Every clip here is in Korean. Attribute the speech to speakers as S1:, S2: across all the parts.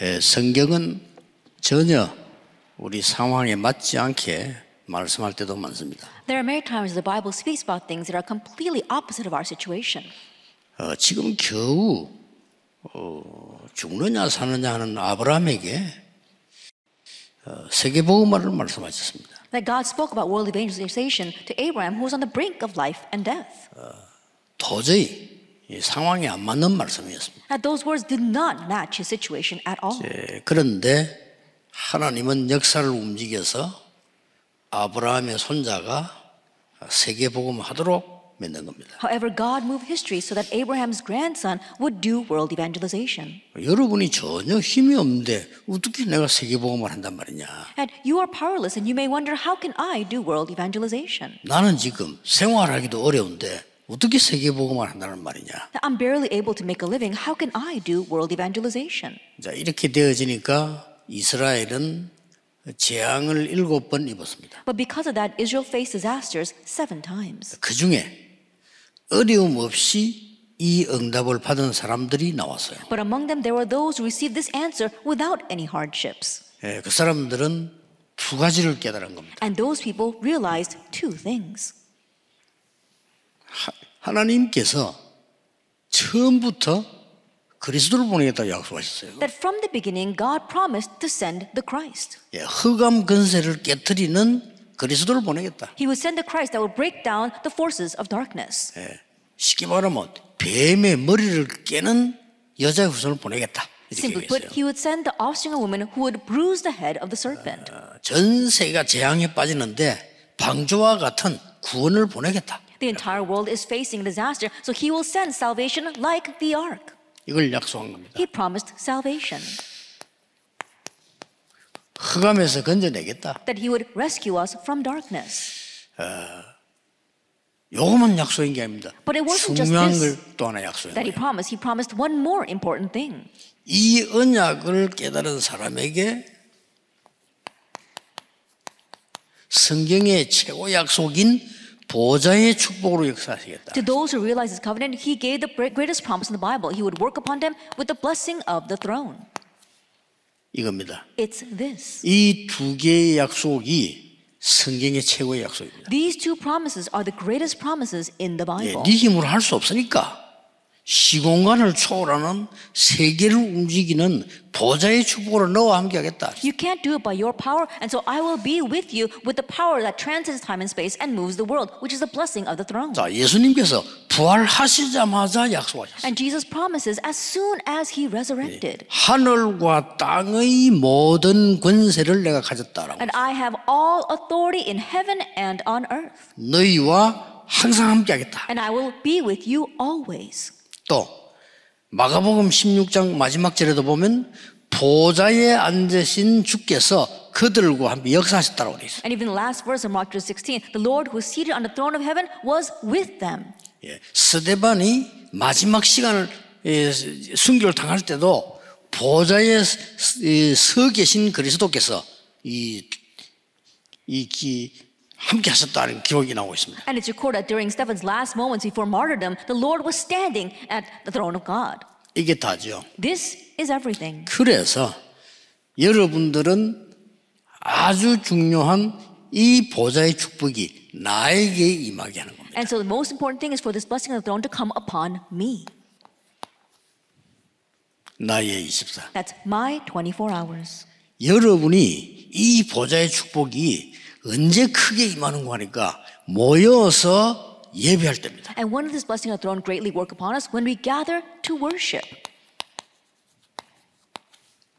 S1: 예, 성경은 전혀 우리 상황에 맞지 않게 말씀할 때도 많습니다.
S2: There are many times the Bible speaks about things that are completely opposite of our situation.
S1: 어, 지금 겨우 어, 죽느냐 사느냐 하는 아브라함에게 어, 세계복음화를 말씀하셨습니다.
S2: That God spoke about world evangelization to Abraham, who was on the brink of life and death.
S1: 도저히 이 상황이 안 맞는 말씀이었습니다.
S2: That those words did not match his situation at all.
S1: 예, 그런데 하나님은 역사를 움직여서 아브라함의 손자가 세계복음하도록 만든 겁니다.
S2: However, God moved history so that Abraham's grandson would do world evangelization.
S1: 여러분이 전혀 힘이 없는데 어떻게 내가 세계복음을 한단 말이냐.
S2: And you are powerless, and you may wonder, how can I do world evangelization?
S1: 나는 지금 생활하기도 어려운데 어떻게 세계복음을 한다는 말이냐.
S2: That I'm barely able to make a living. How can I do world evangelization?
S1: 자, 이렇게 되어지니까 이스라엘은 재앙을 일곱 번 입었습니다.
S2: But because of that, Israel faced disasters seven times.
S1: 그 중에 어려움 없이 이 응답을 받은 사람들이 나왔어요.
S2: But among them, there were those who received this answer without any hardships.
S1: 예, 그 사람들은 두 가지를 깨달은 겁니다.
S2: And those people realized two things.
S1: 하, 하나님께서 처음부터 그리스도를 보내겠다 약속하셨어요.
S2: That from the beginning, God promised to send the Christ.
S1: 예, 흑암 근세를 깨뜨리는 그리스도를 보내겠다.
S2: He would send the Christ that would break down the forces of darkness.
S1: 예, 쉽게 말하면 뱀의 머리를 깨는 여자의 후손을 보내겠다. 이렇게
S2: Simply put,
S1: 얘기했어요.
S2: he would send the offspring of woman who would bruise the head of the serpent.
S1: 아, 전 세계가 재앙에 빠지는데 방주와 같은 구원을 보내겠다.
S2: The entire world is facing disaster, so he will send salvation like the ark.
S1: 이걸 약속한 겁니다.
S2: He promised salvation,
S1: 흑암에서 건져내겠다.
S2: that he would rescue us from darkness.
S1: 요것만 약속인 게 아닙니다.
S2: But it wasn't just
S1: 중요한
S2: this.
S1: 걸 또 하나 약속인
S2: That
S1: 거예요.
S2: he promised, he promised one more important thing.
S1: 이 언약을 깨달은 사람에게 성경의 최고 약속인 보좌의 축복으로 역사하시겠다.
S2: To those who realize his covenant, he gave the great- greatest promise in the Bible. He would work upon them with the blessing of the throne.
S1: 이겁니다.
S2: It's this.
S1: 이 두 개의 약속이 성경의 최고의 약속입니다.
S2: These two promises are the greatest promises in the
S1: 예,
S2: Bible.
S1: 네 힘으로 할 수 없으니까 시공간을 초월하는 세계를 움직이는 보좌의 축복으로 너와 함께하겠다.
S2: You can't do it by your power, and so I will be with you with the power that transcends time and space and moves the world, which is the blessing of the throne.
S1: 자, 예수님께서 부활하시자마자 약속하셨습니다.
S2: And Jesus promises as soon as he resurrected,
S1: 하늘과 땅의 모든 권세를 내가 가졌다라고.
S2: and I have all authority in heaven and on earth,
S1: 너희와 항상 함께하겠다.
S2: and I will be with you always.
S1: 또 마가복음 16장 마지막 절에도 보면 보좌에 앉으신 주께서 그들과 함께 역사하셨다고 돼 있어요.
S2: And even the last verse of Mark 16, the Lord who is seated on the throne of heaven was with them.
S1: 예, 스데반이 마지막 시간을 예, 순교를 당할 때도 보좌에 스- 예, 서 계신 그리스도께서 이, 이 기, 함께 하셨다는 기록이 나오고 있습니다.
S2: And it's recorded that during Stephen's last moments before martyrdom, the Lord was standing at the throne of God.
S1: 이게 다죠.
S2: This is everything.
S1: 그래서 여러분들은 아주 중요한 이 보좌의 축복이 나에게 임하게 하는 겁니다.
S2: And so the most important thing is for this blessing of the throne to come upon me.
S1: 나의 24.
S2: That's my 24 hours.
S1: 여러분이 이 보좌의 축복이 언제 크게 임하는가 하니까 모여서 예배할 때입니다.
S2: And when does this blessing of the throne greatly work upon us? When we gather to worship.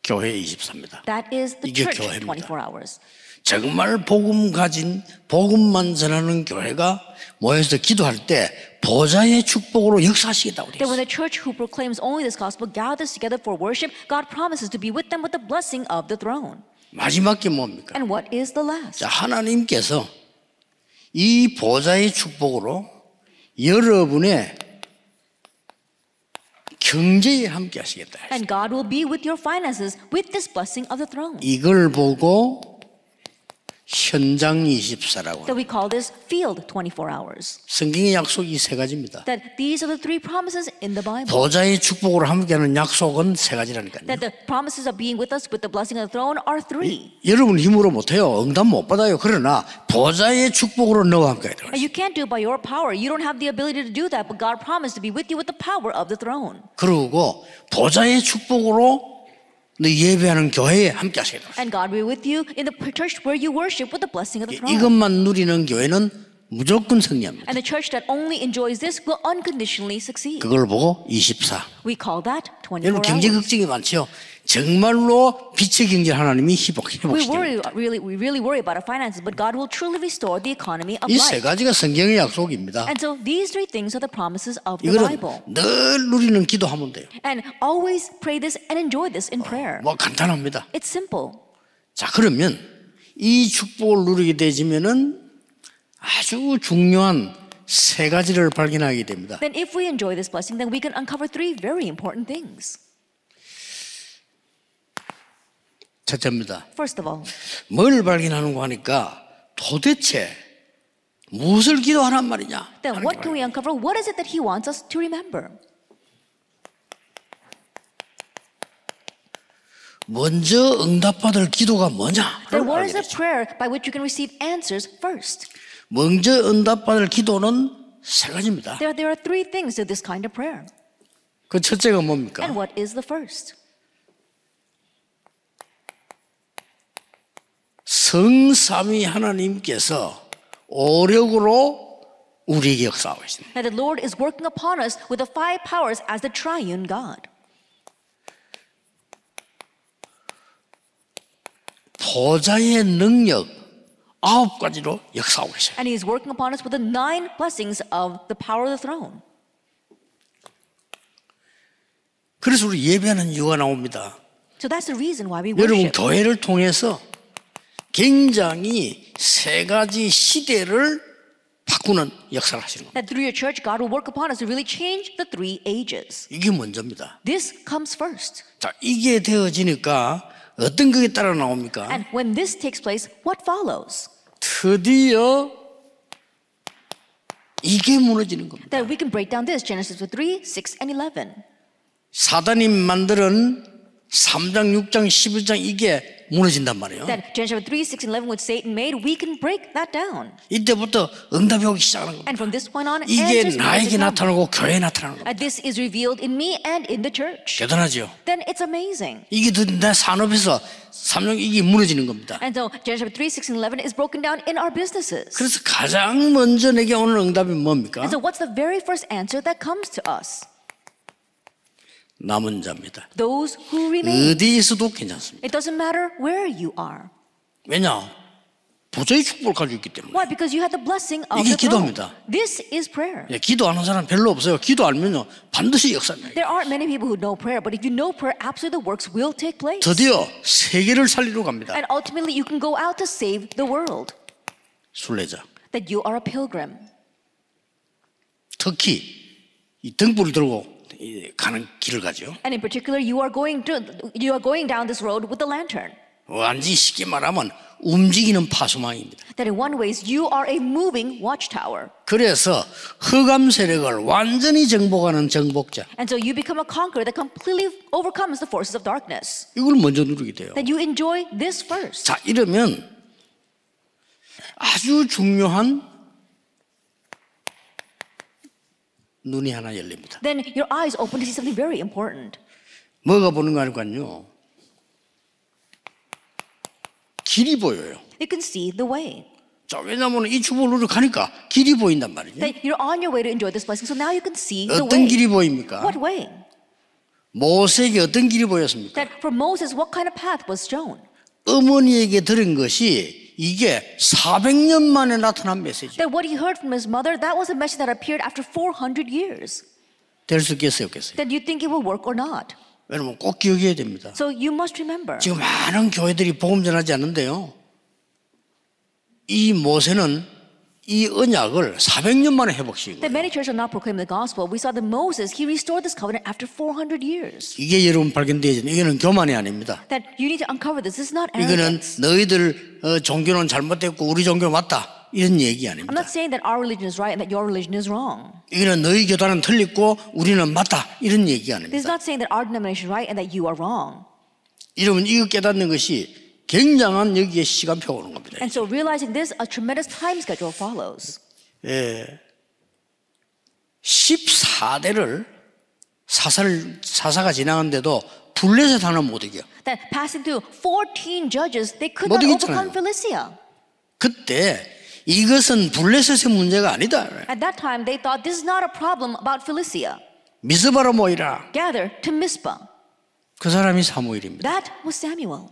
S1: 교회 24입니다.
S2: That is the
S1: 이게
S2: church
S1: 교회입니다.
S2: 24 hours.
S1: 정말 복음 가진 복음만 전하는 교회가 모여서 기도할 때 보좌의 축복으로 역사하시겠다고
S2: That when
S1: 그랬어요.
S2: the church who proclaims only this gospel gathers together for worship, God promises to be with them with the blessing of the throne.
S1: 마지막 게 뭡니까?
S2: And what is the last?
S1: 자, 하나님께서 이 보좌의 축복으로 여러분의 경제에 함께 하시겠다. 했어요.
S2: And God will be with your finances with this blessing of the throne.
S1: 이걸 보고 현장 24라고.
S2: that we call this field 24 hours.
S1: 성경의 약속이 세 가지입니다.
S2: That these are the three promises in the Bible.
S1: 보좌의 축복으로 함께하는 약속은 세 가지라니까요.
S2: That the promises of being with us with the blessing of the throne are three.
S1: 여러분 힘으로 못해요. 응답 못 받아요. 그러나 보좌의 축복으로 너와 함께하라.
S2: And you can't do it by your power. You don't have the ability to do that, but God promised to be with you with the power of the throne.
S1: 그리고 보좌의 축복으로 너 예배하는 교회에 함께하시라.
S2: And God be with you in the church where you worship with the blessing of the throne.
S1: 이것만 누리는 교회는 무조건 승리합니다.
S2: And the church that only enjoys this will unconditionally succeed.
S1: 그걸 보고 24.
S2: We call that 24
S1: 여러분 경제
S2: hours.
S1: 걱정이 많죠. 정말로 빛의 경제 하나님이 회복-
S2: We
S1: 회복시킵니다.
S2: worry, uh, really, we really worry about our finances, but God will truly restore the economy of
S1: 이 세
S2: life.
S1: 가지가 성경의 약속입니다.
S2: And so these three things are the promises of the
S1: 이거는
S2: Bible.
S1: 늘 누리는 기도하면 돼요.
S2: And always pray this and enjoy this in prayer.
S1: 뭐 간단합니다.
S2: It's simple.
S1: 자 그러면 이 축복을 누리게 되지면은 아주 중요한 세 가지를 발견하게 됩니다.
S2: Then, if we enjoy this blessing, then we can uncover three very important things.
S1: 첫째입니다.
S2: First of all,
S1: 뭘 발견하는가 하니까 도대체 무엇을 기도하란 말이냐?
S2: then what can we uncover? What is it that He wants us to remember?
S1: 먼저 응답받을 기도가 뭐냐?
S2: Then, what is the prayer by which you can receive answers first?
S1: 먼저 응답받을 기도는 세 가지입니다.
S2: There, there are three things to this kind of prayer.
S1: 그 첫째가
S2: And
S1: 뭡니까?
S2: what is the first?
S1: 성삼위 하나님께서 오력으로 우리에게 역사하고 있습니다.
S2: That the Lord is working upon us with the five powers as the triune God.
S1: 보좌의 능력 아홉 가지로 역사하고 있어요.
S2: And He is working upon us with the nine blessings of the power of the throne.
S1: 그래서 우리 예배하는 이유가 나옵니다.
S2: So that's the reason why we
S1: 여러분
S2: worship.
S1: 교회를 통해서 굉장히 세 가지 시대를 바꾸는 역사를 하시는 겁니다.
S2: That through your church, God will work upon us to really change the three ages.
S1: 이게 먼저입니다.
S2: This comes first.
S1: 자 이게 되어지니까 어떤 것이 따라 나옵니까?
S2: And when this takes place, what follows?
S1: 드디어 이게 무너지는 겁니다.
S2: That we can break down this Genesis 3, 6, and 11.
S1: 사단이 만드는 3장, 6장, 11장 이게 무너진단 말이에요.
S2: That Genesis 3, 6, and 11, which Satan made, we can break that down.
S1: 이때부터 응답이 오기 시작하는 겁니다.
S2: And from this point on,
S1: 이게
S2: answers begin to
S1: 나에게
S2: come.
S1: 나타나고 교회에 나타나는 겁니다.
S2: And this is revealed in me and in the church.
S1: 대단하죠.
S2: Then it's amazing.
S1: 이게 더- 내 산업에서 삼성 이게 무너지는 겁니다.
S2: And so Genesis 3, 6, and 11 is broken down in our businesses.
S1: 그래서 가장 먼저 내게 오는 응답이 뭡니까?
S2: And so what's the very first answer that comes to us?
S1: 남은 자입니다.
S2: Those who remain.
S1: 어디에서도 괜찮습니다.
S2: It doesn't matter where you are.
S1: 왜냐? 보좌의 축복을 가지고 있기 때문에.
S2: Why? Because you had the blessing of
S1: 이게
S2: the throne.
S1: 기도입니다.
S2: This is prayer.
S1: 예, 기도하는 사람 별로 없어요. 기도 알면요 반드시 역사입니다.
S2: There aren't many people who know prayer, but if you know prayer, absolutely the works will take place.
S1: 드디어 세계를 살리러 갑니다.
S2: And ultimately, you can go out to save the world.
S1: 순례자.
S2: That you are a pilgrim.
S1: 특히 이 등불을 들고 이 가는 길을 가죠.
S2: And in particular, you are going to, you are going down this road with the lantern.
S1: 완전히 쉽게 말하면 움직이는 파수망입니다.
S2: That in one ways, you are a moving watchtower.
S1: 그래서 흑암 세력을 완전히 정복하는 정복자.
S2: And so you become a conqueror that completely overcomes the forces of darkness.
S1: 이걸 먼저 누르게 돼요.
S2: That you enjoy this first.
S1: 자, 이러면 아주 중요한 눈이 하나 열립니다.
S2: Then your eyes open to see something very important.
S1: 뭐가 보는 거 아니군요. 길이 보여요.
S2: You can see the way.
S1: 자, 왜냐면 이 주보를 누르 가니까 길이 보인단 말이죠.
S2: That you're on your way to enjoy this blessing, so now you can see the
S1: 어떤
S2: way.
S1: 길이 보입니까?
S2: What way?
S1: 모세에게 어떤 길이 보였습니까?
S2: That for Moses, what kind of path was shown?
S1: 어머니에게 들은 것이 이게 400년 만에 나타난 메시지.
S2: That what he heard from his mother, that was a message that appeared after 400 years.
S1: 될 수 있겠어요, 없겠어요?
S2: Then you think it will work or not.
S1: 왜냐면 꼭 기억해야 됩니다.
S2: So you must remember.
S1: 지금 많은 교회들이 복음 전하지 않는데요. 이 모세는 이 언약을 400년 만에 회복시키고
S2: That many churches will not proclaim the gospel. We saw that Moses, he restored this covenant after 400 years.
S1: 이게 여러분 발견되어야 되는 이거는 교만이 아닙니다.
S2: That you need to uncover this. This is not
S1: 이거는
S2: arrogance.
S1: 너희들 어, 종교는 잘못됐고 우리 종교 맞다 이런 얘기
S2: I'm
S1: 아닙니다.
S2: not saying that our religion is right and that your religion is wrong.
S1: 이거는 너희 교단은 틀렸고 우리는 맞다 이런 얘기
S2: This is
S1: 아닙니다.
S2: not saying that our denomination is right and that you are wrong.
S1: 여러분 이거 깨닫는 것이 굉장한 여기에 시간표가 오는 겁니다.
S2: And so realizing this, a tremendous time schedule follows.
S1: 14대를 사사를 사사가 지나갔는데도 블레셋 하나 못 이겨.
S2: That passing through 14 judges, they could
S1: 못
S2: not overcome
S1: 이겼잖아요.
S2: Philistia.
S1: 그때 이것은 블레셋의 문제가 아니다.
S2: At that time, they thought this is not a problem about Philistia.
S1: 미스바로 모이라.
S2: Gather to Mizpah.
S1: 그 사람이 사무엘입니다.
S2: That was Samuel.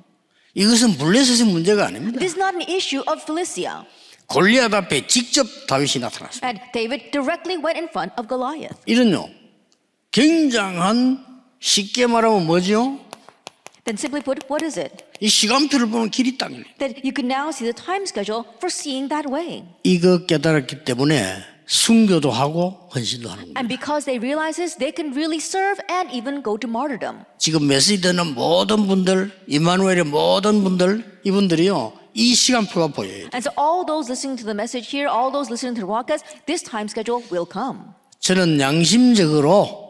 S1: 이것은 블레셋의 문제가 아닙니다.
S2: This is not an issue of Philistia.
S1: 골리앗 앞에 직접 다윗이 나타났습니다.
S2: And David directly went in front of Goliath.
S1: 이런요. 굉장한 쉽게 말하면 뭐죠?
S2: Then simply put, what is it?
S1: 이 시간표를 보면 길이 딱 열려요.
S2: That you can now see the time schedule for seeing that way.
S1: 이거 깨달았기 때문에 순교도 하고 헌신도 하는 거예요.
S2: And because they realize this, they can really serve and even go to martyrdom.
S1: 지금 메시지 듣는 모든 분들, 이마누엘의 모든 분들, 이분들이요. 이 시간표가 보여요.
S2: And so all those listening to the message here, all those listening to the podcast, this time schedule will come.
S1: 저는 양심적으로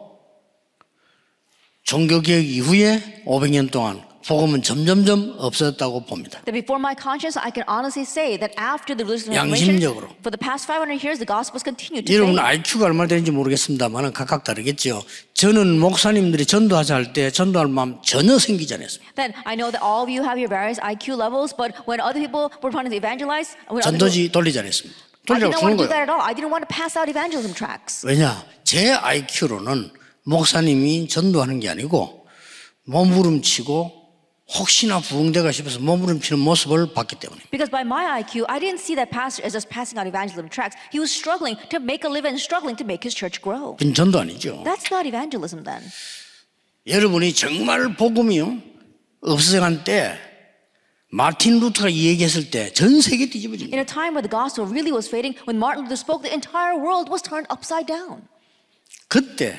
S1: 종교개혁 이후에 500년 동안 복음은 점점점 없어졌다고 봅니다.
S2: That before my conscience, I can honestly say that after the religious reformation,
S1: 양심적으로.
S2: for the past 500 years, the gospels continue to
S1: 여러분
S2: fade.
S1: IQ가 얼마나 되는지 모르겠습니다만 각각 다르겠죠. 저는 목사님들이 전도하자 할 때 전도할 마음 전혀 생기지 않았습니다.
S2: Then I know that all of you have your various IQ levels, but when other people were trying to evangelize,
S1: 아,
S2: when other people,
S1: 전도지 돌리지 않았습니다.
S2: I
S1: 돌리라고
S2: did not want
S1: 주는
S2: to do
S1: 거예요.
S2: that at all. I didn't want to pass out evangelism tracts.
S1: 왜냐? 제 IQ로는 목사님이 전도하는 게 아니고 몸부림치고 혹시나 부흥대가 싶어서 몸부림치는 모습을 봤기 때문에
S2: Because by my IQ, I didn't see that pastor as just passing out evangelism tracts. He was struggling to make a living, struggling to make his church grow.
S1: 그건 전도 아니죠.
S2: That's not evangelism then.
S1: 여러분이 정말 복음이요 없어져간 때 마틴 루터가 이 얘기했을 때 전 세계 뒤집어집니다.
S2: In a time where the gospel really was fading, when Martin Luther spoke, the entire world was turned upside down.
S1: 그때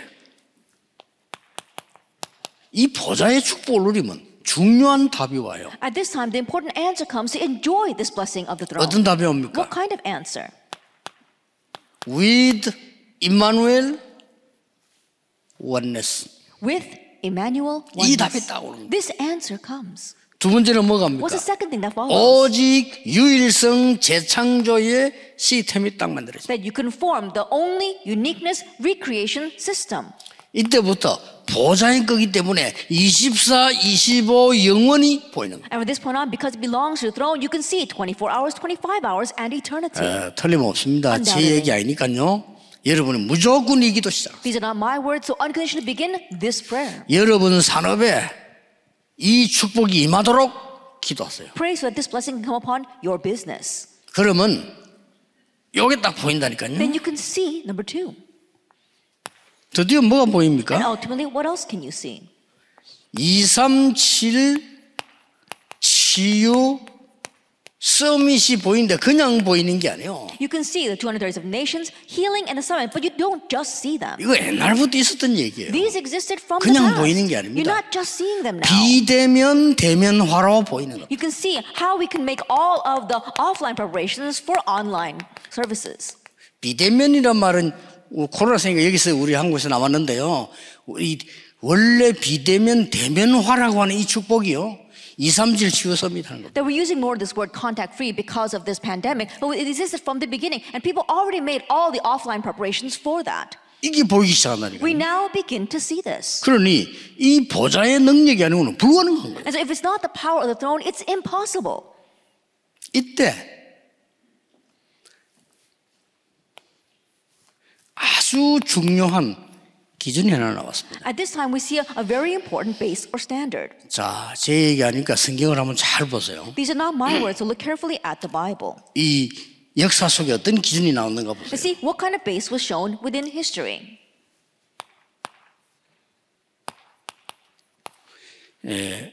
S1: 이 보좌의 축복을 누리면 중요한 답이 와요.
S2: At this time, the important answer comes to enjoy this blessing of the
S1: 어떤
S2: throne.
S1: 답이 옵니까?
S2: What kind of answer?
S1: With Emmanuel oneness.
S2: With Emmanuel,
S1: 이
S2: oneness.
S1: 답이 딱 오는 거예요.
S2: this answer comes.
S1: 두 번째는 뭐가
S2: What's
S1: 합니까?
S2: the second thing that follows?
S1: 오직 유일성 재창조의 시스템이 딱 만들어져요.
S2: That you conform the only uniqueness recreation system.
S1: 이때부터 보좌인 거기 때문에 24, 25 영원히 보이는 거예요.
S2: And from this point on, because it belongs to the throne, you can see 24 hours, 25 hours, and eternity.
S1: 아, 틀림없습니다. 제
S2: Undoubtedly.
S1: 얘기 아니니까요. 여러분은 무조건 이기도 시작.
S2: These are not my words, so unconditionally begin this prayer.
S1: 여러분 산업에 이 축복이 임하도록 기도하세요.
S2: Pray so that this blessing can come upon your business.
S1: 그러면 요게 딱 보인다니까요.
S2: Then you can see number two.
S1: 드디어 뭐가
S2: And
S1: 보입니까?
S2: ultimately, what else can you see?
S1: 237 치유 서밋이 보이는데 그냥 보이는 게 아니에요.
S2: You can see the 237 nations, healing, and the summit, but you don't just see them.
S1: 이거 옛날부터 있었던 얘기예요.
S2: These existed from the
S1: 그냥
S2: past.
S1: 보이는 게 아닙니다.
S2: You're not just seeing them now.
S1: 비대면 대면화로 보이는 거.
S2: You can see how we can make all of the offline preparations for online services.
S1: 비대면이란 말은 코로나 생겨 여기서 우리 한국에서 나왔는데요. 이 원래 비대면 대면화라고 하는 이 축복이요. 237 치유 서밋하는 겁니다.
S2: That we're using more of this word contact free because of this pandemic, but it existed from the beginning, and people already made all the offline preparations for that.
S1: 이게 보이기 시작한다니까.
S2: We now begin to see this.
S1: 그러니 이 보좌의 능력이 아니고는 불가능한 거예요.
S2: And so, if it's not the power of the throne, it's impossible.
S1: 이때 아주 중요한 기준이 하나 나왔습니다.
S2: At this time, we see a, a very important base or standard.
S1: 자, 제 얘기하니까 성경을 한번 잘 보세요.
S2: These are not my words, so look carefully at the Bible.
S1: 이 역사 속에 어떤 기준이 나왔는가 보세요.
S2: Let's see what kind of base was shown within history.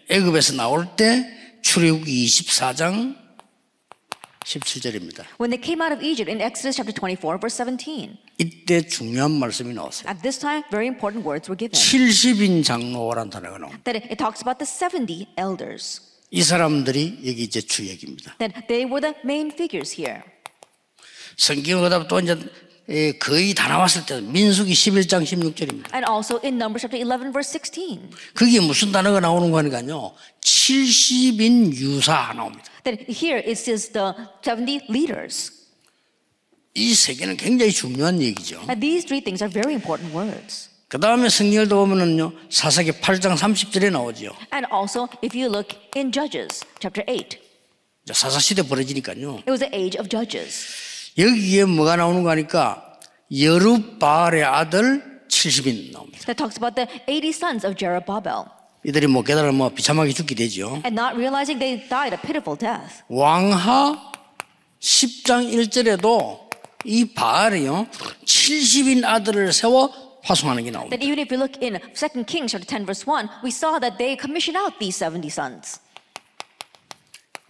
S1: 애굽에서 나올 때 출애굽기 24장 17절입니다.
S2: When they came out of Egypt in Exodus chapter 24, verse 17.
S1: 이때 중요한 말씀이 나왔어요.
S2: At this time, very important words were given.
S1: 70인 장로라는 단어가 나옵니다.
S2: That it, it talks about the 70 elders.
S1: 이 사람들이 여기 이제 주역입니다.
S2: That they were the main figures here.
S1: 성경을 보다 또 이제 예, 거의 다 나왔을 때 민수기 11장 16절입니다.
S2: And also in Numbers chapter 11, verse 16.
S1: 그게 무슨 단어가 나오는 거니까요. 70인 유사 나옵니다.
S2: That here it says the 70 leaders.
S1: 이 세 개는 굉장히 중요한 얘기죠.
S2: And these three things are very important words.
S1: 그 다음에 성경을 보면은요. 사사기 8장 30절에 나오죠.
S2: And also, if you look in Judges chapter 8,
S1: 이제 사사시대 벌어지니까요.
S2: it was the age of Judges.
S1: 여기에 뭐가 나오는 거니까 여룻바알의 아들 70인 나옵니다.
S2: That talks about the 80 sons of Jerubbaal.
S1: 이들이 뭐 깨달으면 뭐 비참하게 죽게 되죠.
S2: And not realizing they died a pitiful death.
S1: 왕하 10장 1절에도 이 바알이요 70인 아들을 세워 파송하는 게 나옵니다.
S2: That even if you look in 2 Kings chapter 10 verse 1, we saw that they commissioned out these 70 sons.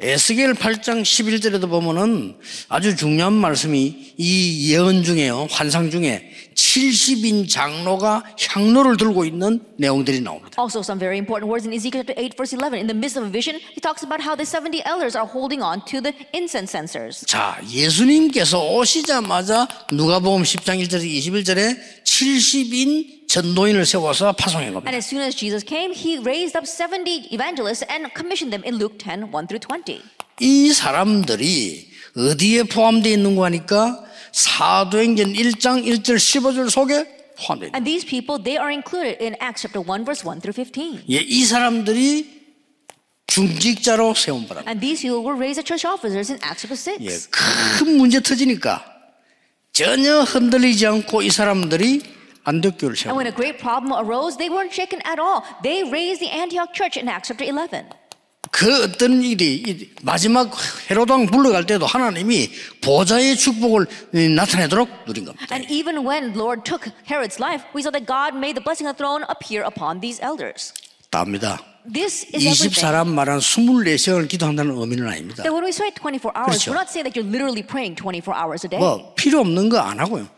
S1: 에스겔 8장 11절에도 보면은 아주 중요한 말씀이 이 예언 중에요 환상 중에 70인 장로가 향로를 들고 있는 내용들이 나옵니다.
S2: Also some very important words in Ezekiel chapter 8 verse 11. In the midst of a vision, he talks about how the 70 elders are holding on to the incense censers.
S1: 자, 예수님께서 오시자마자 누가복음 10장 1절에서 21절에 70인 전도인을 세워서 파송한 겁니다.
S2: And as soon as Jesus came, he raised up 70 evangelists and commissioned them in Luke 10, 1 through 20.
S1: 이 사람들이 어디에 포함되어 있는 거 하니까 사도행전 1장 1절 15절 속에 포함되어 있다.
S2: And these people, they are included in Acts chapter 1 verse 1 through 15.
S1: 예, 이 사람들이 중직자로 세운 바랍니다.
S2: And these people were raised as church officers in Acts chapter 6.
S1: 예, 큰 문제 터지니까 전혀 흔들리지 않고 이 사람들이 안디옥교를
S2: And when
S1: 세운
S2: a great problem arose, they weren't shaken at all. They raised the Antioch church in Acts chapter 11.
S1: 그 어떤 일이 이 마지막 헤로당 불러갈 때도 하나님이 보좌의 축복을 이, 나타내도록 누린 겁니다.
S2: And even when Lord took Herod's life, we saw that God made the blessing of the throne appear upon these elders.
S1: 답니다.
S2: This is everything.
S1: 20사람 말한 24시간을 기도한다는 의미는 아닙니다.
S2: That when we say 24 hours,
S1: 그렇죠.
S2: we're not saying that you're literally praying 24 hours a day.
S1: 뭐 필요 없는 거 안 하고요.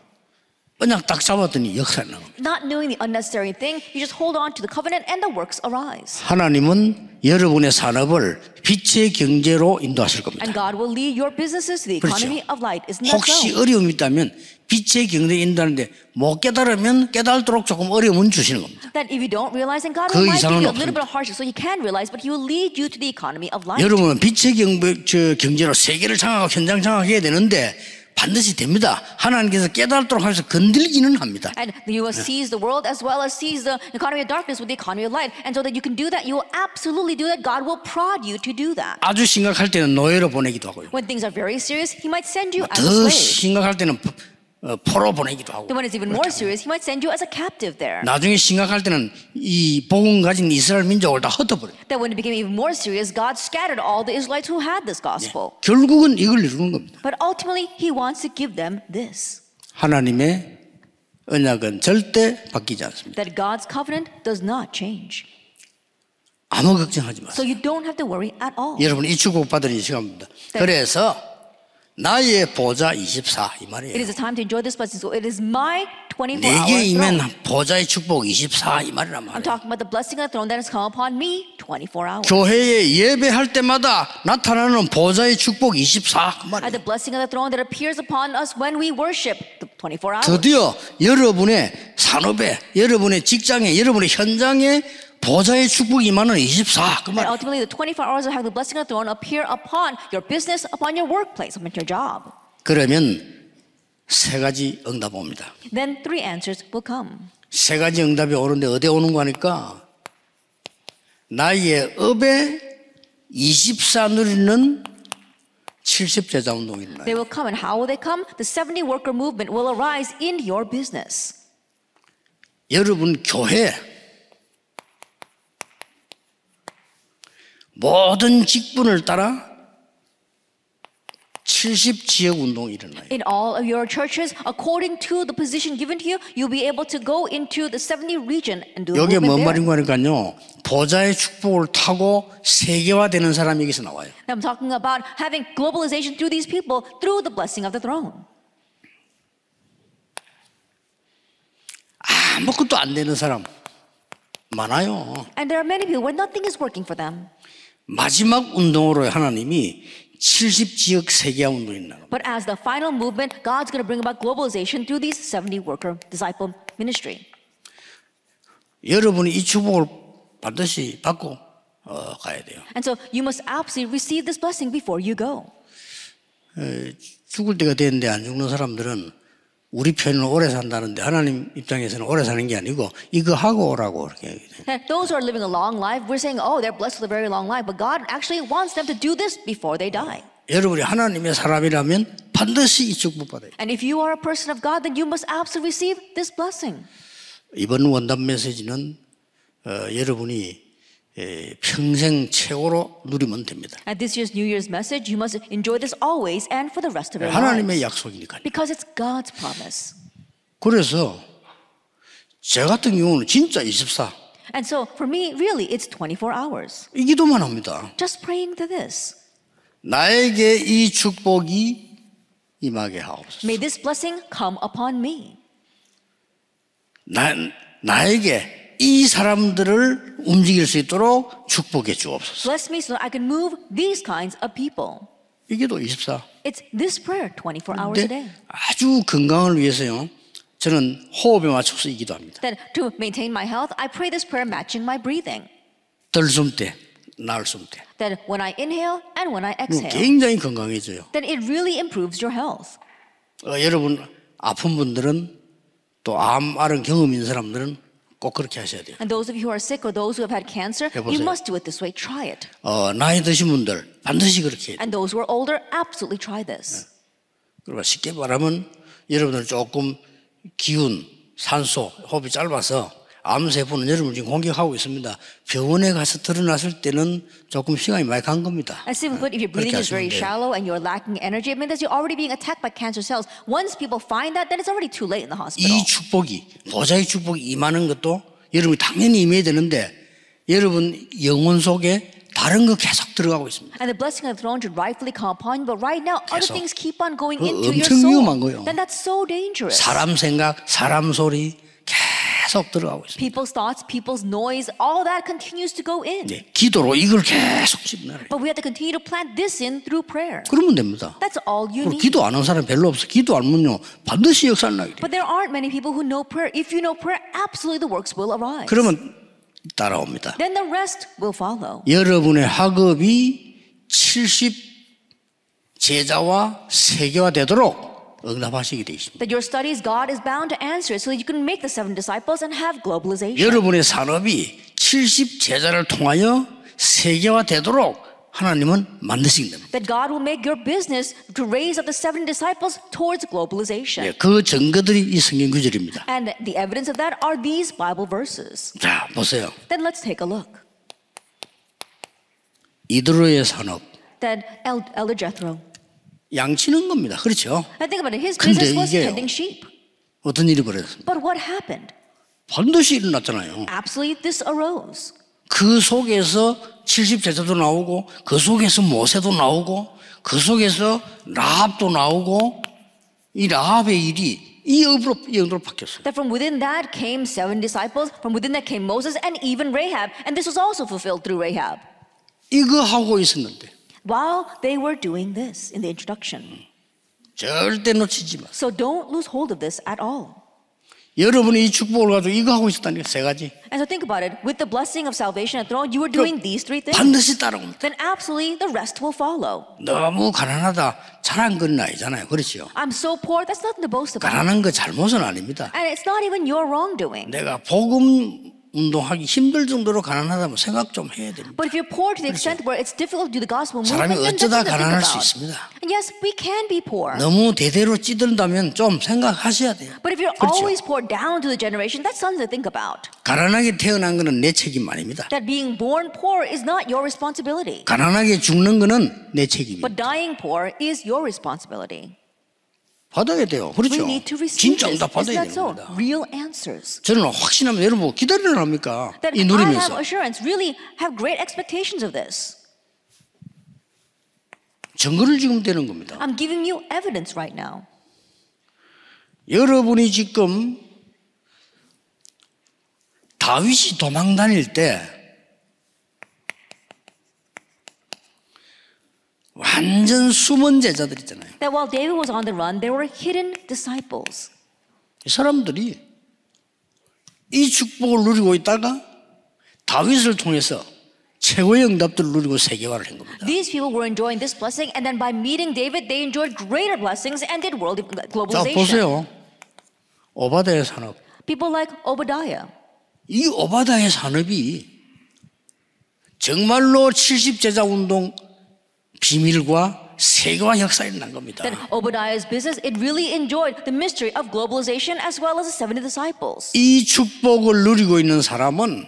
S1: 그냥 딱 잡았더니 역사는 겁니다.
S2: Not knowing the unnecessary thing, you just hold on to the covenant and the works arise.
S1: 하나님은 여러분의 산업을 빛의 경제로 인도하실 겁니다.
S2: And God will lead your businesses to the
S1: 그렇죠.
S2: economy of light. Isn't that
S1: 혹시
S2: so?
S1: 어려움이 있다면 빛의 경제 인도하는데 못 깨달으면 깨달도록 조금 어려움은 주시는 겁니다.
S2: That if you don't realize, then God
S1: 그
S2: will might give
S1: 이상은
S2: you a
S1: 없습니다.
S2: little bit of hardship so you can realize, but He will lead you to the economy of light.
S1: 여러분은 빛의 경제, 저, 경제로 세계를 장악하고 현장 장악해야 되는데 반드시 됩니다. 하나님께서 깨달도록 하면서 건들기는 합니다.
S2: And you will seize the world as well as seize the economy of darkness with the economy of light. And so that you can do that, you will absolutely do that. God will prod you to do that.
S1: 아주 심각할 때는 노예로 보내기도 하고요. 아,
S2: When things are very serious, He might send you as
S1: 더
S2: a slave.
S1: 심각할 때는 포- 어, 포로 보내기도 하고.
S2: Then when it's even more serious, He might send you as a captive there.
S1: 나중에 심각할 때는 이 복음 가진 이스라엘 민족을 다 흩어버려.
S2: That when it became even more serious, God scattered all the Israelites who had this gospel.
S1: 결국은 이걸 이루는 겁니다.
S2: But ultimately, He wants to give them this
S1: 하나님의 언약은 절대 바뀌지 않습니다.
S2: that God's covenant does not change.
S1: 아무 걱정하지 마세요.
S2: So you don't have to worry at all.
S1: 여러분 이 축복 받은 이 시간입니다.
S2: 네.
S1: 그래서 나의 보좌 24 이
S2: It
S1: 말이에요.
S2: is a time to enjoy this blessing. So it is my 24 hour
S1: 내게 임한
S2: throne.
S1: 네 보좌의 축복 24 이 말이란
S2: I'm
S1: 말이에요.
S2: talking about the blessing of the throne that has come upon me 24 hours.
S1: 교회에 예배할 때마다 나타나는 보좌의 축복 24
S2: At
S1: 말이에요.
S2: the blessing of the throne that appears upon us when we worship the 24 hours.
S1: 드디어 여러분의 산업에, 여러분의 직장에, 여러분의 현장에 보좌의 축복이 임하는 24. 그
S2: And
S1: 말.
S2: ultimately, the 24 hours of having the blessing of the throne appear upon your business, upon your workplace, upon your job.
S1: 그러면 세 가지 응답 옵니다.
S2: Then three answers will come.
S1: 세 가지 응답이 오는데 어디 오는 거니까 나의 업에 24 누리는 70제자 운동이 있나요?
S2: They will come. And how will they come? The 70 worker movement will arise in your business.
S1: 여러분 교회 모든 직분을 따라 70 지역 운동이 일어나요.
S2: In all of your churches, according to the position given to you, you'll be able to go into the 70 region and do a
S1: 여기에
S2: movement
S1: 뭔
S2: there.
S1: 말인가 하니까요. 보좌의 축복을 타고 세계화되는 사람이 여기서 나와요.
S2: I'm talking about having globalization through these people through the blessing of the throne.
S1: 아무것도 안 되는 사람 많아요.
S2: And there are many people where nothing is working for them.
S1: 마지막 운동으로 하나님이 70 지역 세계화 운동이 나요.
S2: But as the final movement, God's going to bring about globalization through these 70 worker disciple ministry.
S1: 여러분이 이 축복을 반드시 받고 어, 가야 돼요.
S2: And so you must absolutely receive this blessing before you go.
S1: 죽을 때가 됐는데 안 죽는 사람들은 우리 편은 오래 산다는데 하나님 입장에서는 오래 사는 게 아니고 이거 하고 오라고 그렇게 얘기해요.
S2: And those who are living a long life, we're saying, oh, they're blessed with a very long life. But God actually wants them to do this before they die.
S1: 여러분이 하나님의 사람이라면 반드시 이 축복 받아요.
S2: And if you are a person of God, then you must absolutely receive this blessing.
S1: 이번 원단 메시지는 어, 여러분이 에, 평생 최고로 누리면 됩니다.
S2: At this year's New Year's message, you must enjoy this always and for the rest of your life.
S1: 하나님의 약속이니까요.
S2: Because it's God's promise.
S1: 그래서 저 같은 경우는 진짜 24
S2: And so for me, really, it's 24 hours.
S1: 이 기도만 합니다.
S2: Just praying to this.
S1: 나에게 이 축복이 임하게 하옵소서.
S2: May this blessing come upon me.
S1: 나, 나에게 이 사람들을 움직일 수 있도록 축복해 주옵소서.
S2: Bless me so that I can move these kinds of people.
S1: 이게 또 24.
S2: It's this prayer 24 hours a day.
S1: 근데 아주 건강을 위해서요. 저는 호흡에 맞춰서 이 기도합니다.
S2: That to maintain my health, I pray this prayer matching my breathing.
S1: 들숨 때, 날숨 때.
S2: That when I inhale and when I
S1: 그럼
S2: exhale,
S1: 굉장히 건강해져요.
S2: then it really improves your health.
S1: 어, 여러분 아픈 분들은 또 암 앓은 경험 있는 사람들은 꼭 그렇게 하셔야 돼요.
S2: And those of you who are sick or those who have had cancer, you
S1: 해보세요.
S2: must do it this way. Try it.
S1: 어, 나이 드신 분들 반드시 그렇게 해야 돼요.
S2: And those who are older, absolutely try this.
S1: 그러니까 쉽게 말하면 여러분들 조금 기운, 산소, 호흡이 짧아서 암세포는 여러분 지금 공격하고 있습니다. 병원에 가서 드러났을 때는 조금 시간이 많이 간 겁니다.
S2: I simply put, if your breathing
S1: 그렇게
S2: is very
S1: 하시면 돼요.
S2: shallow and you're lacking energy, it means that you're already being attacked by cancer cells. Once people find that, then it's already too late in the hospital.
S1: 이 축복이 보좌의 축복이 임하는 것도 여러분이 당연히 임해야 되는데 여러분 영혼 속에 다른 거 계속 들어가고 있습니다.
S2: And the blessing of the throne should rightfully come upon you, but right now, other
S1: 계속.
S2: things keep on going
S1: 그거
S2: into your
S1: 엄청 위험한
S2: soul.
S1: 거예요.
S2: Then that's so dangerous.
S1: 사람 생각, 사람 소리 계속 들어가고 있습니다.
S2: People's thoughts, people's noise, all that continues to go in.
S1: 네, 기도로 이걸 계속 집나요.
S2: But we have to continue to plant this in through prayer.
S1: 그러면 됩니다.
S2: That's all you
S1: 그리고
S2: need.
S1: 기도 안 한 사람 별로 없어. 기도 안 하면요 반드시 역사 나게 돼.
S2: But there aren't many people who know prayer. If you know prayer, absolutely the works will arise.
S1: 그러면 따라옵니다.
S2: Then the rest will follow.
S1: 여러분의 학업이 70 제자와 세계화 되도록 응답하시게 되어 있습니다.
S2: That your studies, God is bound to answer it so that you can make the seven disciples and have globalization.
S1: 여러분의 산업이 70 제자를 통하여 세계화 되도록 하나님은 만드시게 됩니다.
S2: That God will make your business to raise up the seven disciples towards globalization.
S1: 예, 그 증거들이 이 성경 구절입니다.
S2: And the evidence of that are these Bible verses.
S1: 자, 보세요.
S2: Then let's take a look.
S1: 이드로의 산업
S2: Then El- Elder Jethro.
S1: 양치는 겁니다. 그렇죠?
S2: And think about it, his
S1: 근데
S2: business was
S1: 이게요.
S2: tending sheep.
S1: 어떤 일이 벌어졌습니까?
S2: But what happened?
S1: 반드시 일어났잖아요.
S2: Absolutely, this arose.
S1: 그 속에서 70 제자도 나오고 그 속에서 모세도 나오고 그 속에서 라합도 나오고 이 라합의 일이 이 업으로 이 영도로 바뀌었어요.
S2: That from within that came seven disciples, from within that came Moses and even Rahab. And this was also fulfilled through Rahab.
S1: 이거 하고 있었는데
S2: While they were doing this in the introduction.
S1: 절대 놓치지 마세요.
S2: So don't lose hold of this at all.
S1: 여러분이 이 축복을 가지고 이거 하고 있었다니까 세 가지
S2: And so think about it. With the blessing of salvation and throne, you were doing these three things.
S1: 반드시 따라옵니다.
S2: Then absolutely the rest will follow.
S1: 너무 가난하다 잘한 건 아니잖아요. 그렇죠?
S2: I'm so poor, that's nothing to boast about.
S1: 가난한 거 잘못은 아닙니다.
S2: And it's not even your wrongdoing.
S1: 내가 복음 운동하기 힘들 정도로 가난하다면 생각 좀 해야 됩니다.
S2: But if you're poor to the extent where it's difficult to do the gospel
S1: 사람이
S2: movement, then
S1: 어쩌다
S2: that's something to think
S1: 가난할 수
S2: about.
S1: 있습니다.
S2: And yes, we can be poor.
S1: 너무 대대로 찌든다면 좀 생각하셔야 돼요.
S2: But if you're
S1: 그렇죠.
S2: always poor down to the generation, that's something to think about.
S1: 가난하게 태어난 거는 내 책임 아닙니다.
S2: That being born poor is not your responsibility.
S1: 가난하게 죽는 거는 내 책임입니다.
S2: But dying poor is your responsibility.
S1: 받아야 돼요.
S2: We
S1: 그렇죠?
S2: need to receive
S1: 진짜
S2: this.
S1: 응답
S2: Isn't
S1: 받아야
S2: that so?
S1: 됩니다.
S2: Real answers.
S1: 저는 확신하면 여러분 뭐 기다리려 합니까?
S2: That
S1: 이
S2: I have
S1: 누리면서
S2: assurance, really have great expectations of this.
S1: 증거를 지금 되는 겁니다.
S2: I'm giving you evidence right now.
S1: 여러분이 지금 다윗이 도망 다닐 때 완전 숨은 제자들 있잖아요.
S2: That while David was on the run, there were hidden disciples.
S1: 이 사람들이 이 축복을 누리고 있다가 다윗을 통해서 최고의 응답들을 누리고 세계화를 한 겁니다.
S2: These people were enjoying this blessing, and then by meeting David, they enjoyed greater blessings and did world
S1: 자
S2: globalization.
S1: 보세요. 오바다의 산업.
S2: People like Obadiah.
S1: 이 오바다의 산업이 정말로 70제자 운동 비밀과 세계화 역사에 난 겁니다.
S2: That Obadiah's business, it really enjoyed the mystery of globalization as well as the 70 disciples.
S1: 이 축복을 누리고 있는 사람은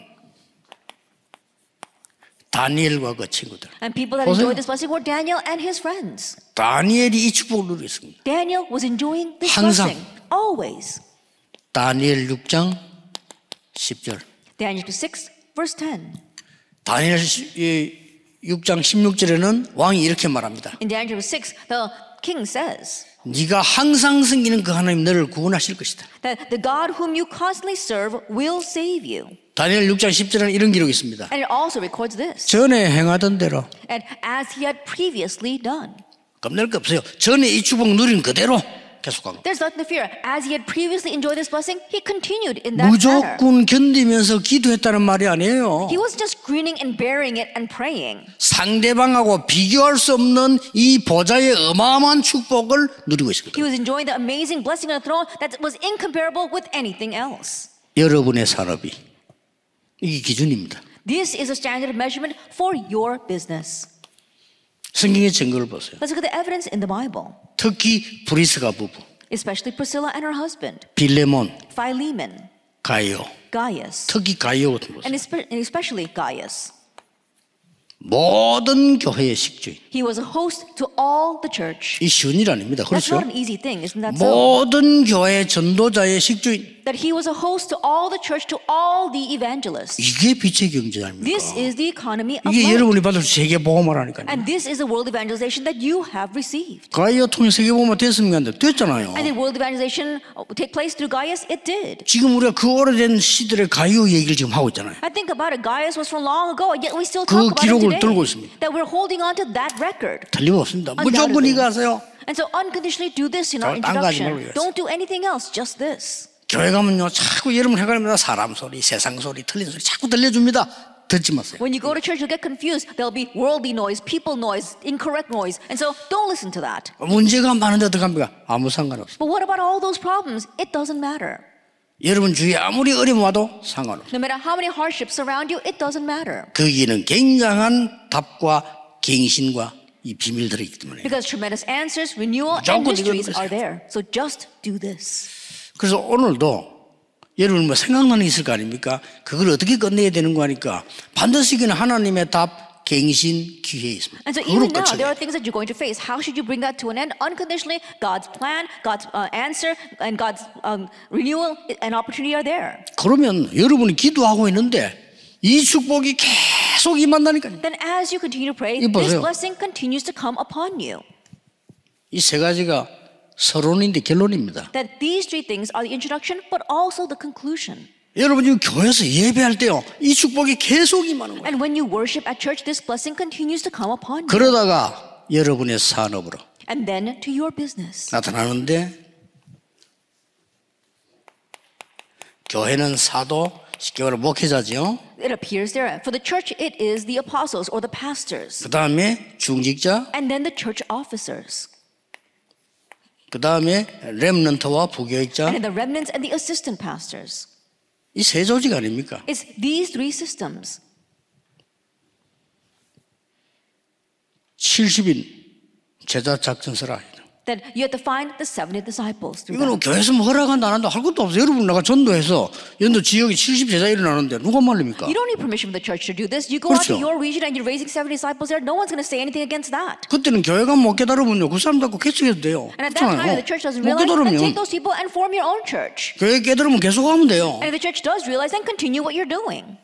S1: 다니엘과 그 친구들.
S2: And people that
S1: 보세요.
S2: enjoyed this blessing were Daniel and his friends.
S1: 다니엘이 이 축복을 누리고 있습니다.
S2: Daniel was enjoying this
S1: 항상.
S2: blessing. Always.
S1: 다니엘 6장 10절.
S2: Daniel chapter 6, verse 10.
S1: 다니엘 6장 16절에는 왕이 이렇게 말합니다.
S2: In Daniel chapter 6, the king says
S1: 네가 항상 섬기는 그 하나님 너를 구원하실 것이다.
S2: that the God whom you constantly serve will save you.
S1: 다니엘 6장 10절에는 이런 기록이 있습니다.
S2: And it also records this.
S1: 전에 행하던 대로
S2: And as he had previously done.
S1: 겁낼 거 없어요. 전에 이 축복 누린 그대로 계속한 거.
S2: There's nothing to fear. As he had previously enjoyed this blessing, he continued in that manner.
S1: 무조건 견디면서 기도했다는 말이 아니에요.
S2: He wasn't just grinning and bearing it and praying.
S1: 상대방하고 비교할 수 없는 이 보좌의 어마어마한 축복을 누리고 있습니다.
S2: He was enjoying the amazing blessing on the throne that was incomparable with anything else.
S1: 여러분의 산업이 이게 기준입니다.
S2: This is a standard of measurement for your business.
S1: 성경의 증거를 보세요.
S2: Let's look at the evidence in the Bible,
S1: 특히 브리스가 부부,
S2: especially Priscilla and her husband,
S1: 빌레몬,
S2: Philemon,
S1: 가이오,
S2: Gaius,
S1: 특히 가이오 같은 곳.
S2: and espe- and especially Gaius.
S1: 모든 교회의 식주인.
S2: He was a host to all the church.
S1: 이 쉬운 일 아닙니다.
S2: That's
S1: 그렇죠?
S2: not an easy thing, isn't that so?
S1: 모든 교회 전도자의 식주인.
S2: That he was a host to all the church, to all the evangelists.
S1: 이게 빛의 경제 아닙니까?
S2: This is the economy of
S1: 이게
S2: life.
S1: 여러분이 받을 세계 보험을 하니까요.
S2: And this is the world evangelization that you have received.
S1: 가이오 통해 세계 보험을 됐습니까? 됐잖아요.
S2: And the world evangelization uh, take place through Gaius? It did.
S1: 지금 우리가 그 오래된 시들의 가이오 얘기를 지금 하고 있잖아요.
S2: I think about it. Gaius was from long ago, yet we still
S1: 그
S2: talk about it
S1: 기록을
S2: today.
S1: 들고 있습니다.
S2: That we're holding on to that record.
S1: 틀림없습니다.
S2: 아,
S1: 무조건
S2: Undoubtedly.
S1: 이거 하세요.
S2: And so unconditionally do this in our
S1: 딴거 하지
S2: introduction.
S1: 말고
S2: Don't do anything else, just this.
S1: 교회 가면요. 자꾸 여러분 해가면서 사람 소리, 세상 소리, 틀린 소리 자꾸 들려줍니다. 듣지 마세요.
S2: When you go to church, you'll get confused. There'll be worldly noise, people noise, incorrect noise. And so don't listen to that.
S1: 문제가 많은데 어떡합니까? 아무 상관없어요.
S2: But what about all those problems? It doesn't matter.
S1: 여러분 주위에 아무리 어려움 와도 상관없어요.
S2: No matter how many hardships surround you, it doesn't matter.
S1: 거기는 굉장한 답과 갱신과 이 비밀들이 있기 때문에.
S2: Because tremendous answers, renewal,
S1: 무조건
S2: and
S1: 이거는
S2: mysteries
S1: 그래요.
S2: are there. So just do this.
S1: 그래서 오늘도 여러분 뭐 생각나는 게 있을 거 아닙니까? 그걸 어떻게 끝내야 되는 거니까 반드시 그는 하나님의 답, 갱신, 기회에 있습니다.
S2: And so
S1: 그걸로
S2: even
S1: 아,
S2: now, there
S1: 끝이에요.
S2: are things that you're going to face. How should you bring that to an end? Unconditionally, God's plan, God's uh, answer, and God's um, renewal and opportunity are there.
S1: 그러면 여러분이 기도하고 있는데 이 축복이 계속 임한다니까요.
S2: Then as you continue to pray,
S1: 이거
S2: this
S1: 보세요.
S2: blessing continues to come upon you.
S1: 이 세 가지가 서론인데 결론입니다.
S2: That these three things are the introduction, but also the conclusion.
S1: 여러분 지금 교회에서 예배할 때요. 이 축복이 계속 임하는 거예요.
S2: And when you worship at church, this blessing continues to come upon you.
S1: 그러다가 여러분의 산업으로
S2: And then to your business.
S1: 나타나는데 교회는 사도, 쉽게 말하면 목회자지요.
S2: It appears there. For the church, it is the apostles or the pastors.
S1: 그 다음에 중직자,
S2: And then the church officers.
S1: 그 다음에 렘넌트와
S2: And
S1: 부교육자
S2: then the remnants and the assistant pastors.
S1: 이 세 조직 아닙니까?
S2: It's these three systems.
S1: 70인 제자 작전서라.
S2: That you have to find the 70 disciples. through
S1: 이거는
S2: that.
S1: 교회에서 뭐 허락한다 안 한다 할 것도 없어요. 여러분 나가 전도해서 연도 지역에 70 제자 일어나는데 누가 말립니까?
S2: You don't need permission from the church to do this. You go out to
S1: 그렇죠.
S2: your region and you're raising 70 disciples there. No one's going to say anything against that.
S1: 그때는 교회가 못 깨달으면요. 그 사람 갖고 계속해도 돼요.
S2: And at that time, if
S1: 그렇잖아요.
S2: the church doesn't
S1: 못
S2: realize, then take
S1: 깨달으면
S2: those people and form your own church.
S1: 교회 깨달으면 계속 하면 돼요.
S2: And if the church does realize, then continue what you're doing.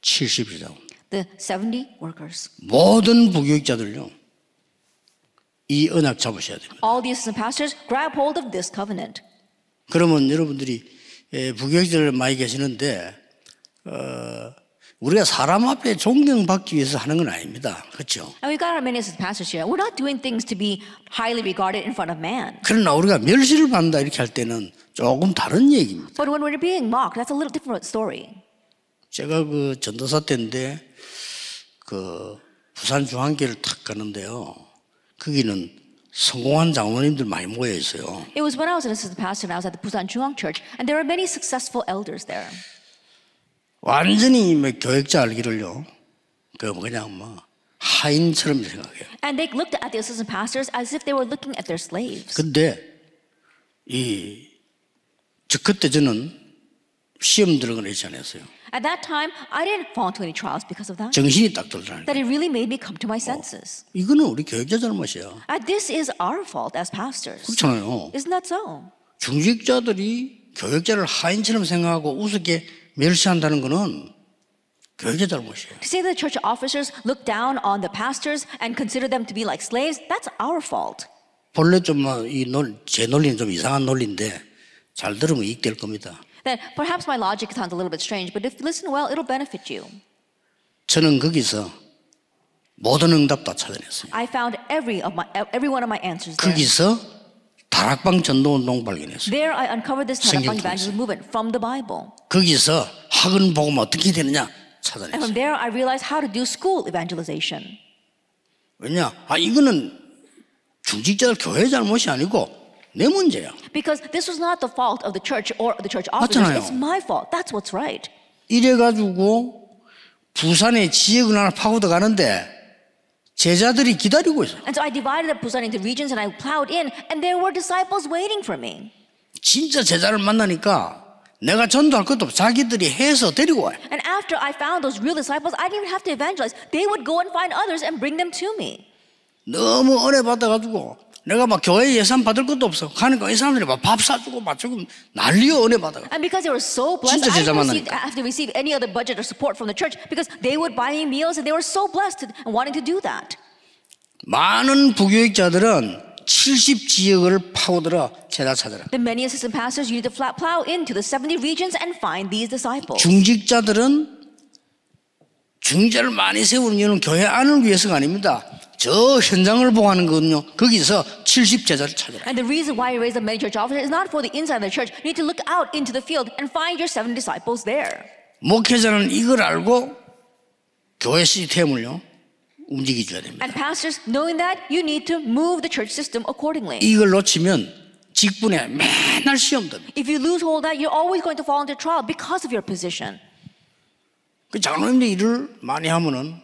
S1: 70 제자.
S2: The 70 workers.
S1: 모든 부교육자들요. 이 언약 잡으셔야 됩니다.
S2: All the assistant pastors, grab hold of this covenant.
S1: 그러면 여러분들이 예, 부교육자들 많이 계시는데 어, 우리가 사람 앞에 존경받기 위해서 하는 건 아닙니다. 그렇죠?
S2: And we've got our many assistant pastors here. We're not doing things to be highly regarded in front of man.
S1: 그러나 우리가 멸시를 받는다 이렇게 할 때는 조금 다른 얘기입니다.
S2: But when we're being mocked, that's a little different story.
S1: 제가 그 전도사 때인데 그 부산 중앙교를 탁 가는데요. 거기는 성공한 장로님들 많이 모여 있어요.
S2: It was when I was an assistant pastor and I was at the Busan Chungang Church, and there were many successful elders there.
S1: 완전히 뭐 교역자 알기를요. 그 그냥 뭐 하인처럼 생각해요.
S2: And they looked at the assistant pastors as if they were looking at their slaves.
S1: 근데 이, 저 그때 저는 시험 들어가는 일지 않았어요.
S2: At that time, I didn't fall into any trials because of that.
S1: 정신이 딱 돌더라니까.
S2: That it really made me come to my senses.
S1: 이거는 우리 교역자 잘못이야.
S2: Uh, this is our fault as pastors.
S1: 그렇잖아요.
S2: Isn't that so?
S1: 중직자들이 교역자를 하인처럼 생각하고 우습게 멸시한다는 것은 교역자 잘못이에요.
S2: To say that church officers look down on the pastors and consider them to be like slaves, that's our fault.
S1: 본래 뭐 좀이제 논리는 좀 이상한 논리인데 잘 들으면 이익될 겁니다.
S2: That perhaps my logic sounds a little bit strange, but if you listen well, it'll benefit you.
S1: 저는 거기서 모든 응답 다 찾아냈어요.
S2: I found every of my e, every one of my answers there.
S1: 거기서 다락방 전도운동 발견했어요.
S2: There I uncovered this
S1: Singing
S2: Tanakh
S1: tongues.
S2: evangelism movement from the Bible.
S1: 거기서 학은 복음 어떻게 되느냐
S2: And from
S1: 찾아냈어요.
S2: there I realized how to do school evangelization.
S1: 왜냐? 아 이거는 중직자들 교회 잘못이 아니고 내 문제야.
S2: Because this was not the fault of the church or the church officers.
S1: 맞잖아요.
S2: It's my fault. That's what's right.
S1: 이래가지고 부산의 지역을 하나 파고들 가는데 제자들이 기다리고 있어.
S2: And so I divided up Busan into regions and I plowed in, and there were disciples waiting for me.
S1: 진짜 제자를 만나니까 내가 전도할 것도 없고 자기들이 해서 데리고 와요.
S2: And after I found those real disciples, I didn't even have to evangelize. They would go and find others and bring them to me.
S1: 너무 은혜 받아가지고 내가 막 교회 예산 받을 것도 없어. 가니까 이 사람들이 막 밥 사주고 막 조금 난리여 은혜 받아.
S2: And because they were so blessed,
S1: 진짜
S2: I didn't
S1: 제자만
S2: receive-
S1: 하니까.
S2: have to receive any other budget or support from the church because they would buy me meals and they were so blessed and wanting to do that.
S1: 많은 부교육자들은 70 지역을 파고들어 제자 찾아라.
S2: The many assistant pastors, you need to flat plow into the 70 regions and find these disciples.
S1: 중직자들은 중자를 많이 세우는 이유는 교회 안을 위해서가 아닙니다. 저 현장을 보고 하는 거거든요. 거기서 70 제자를 찾아라.
S2: And the reason why you raise up many church officers is not for the inside of the church. You need to look out into the field and find your 70 disciples there.
S1: 목회자는 이걸 알고 교회 시스템을요 움직이 줘야 됩니다.
S2: And pastors, knowing that, you need to move the church system accordingly.
S1: 이걸 놓치면 직분에 맨날 시험 됩니다.
S2: If you lose hold of that, you're always going to fall into trial because of your position.
S1: 그 장로님들 일을 많이 하면은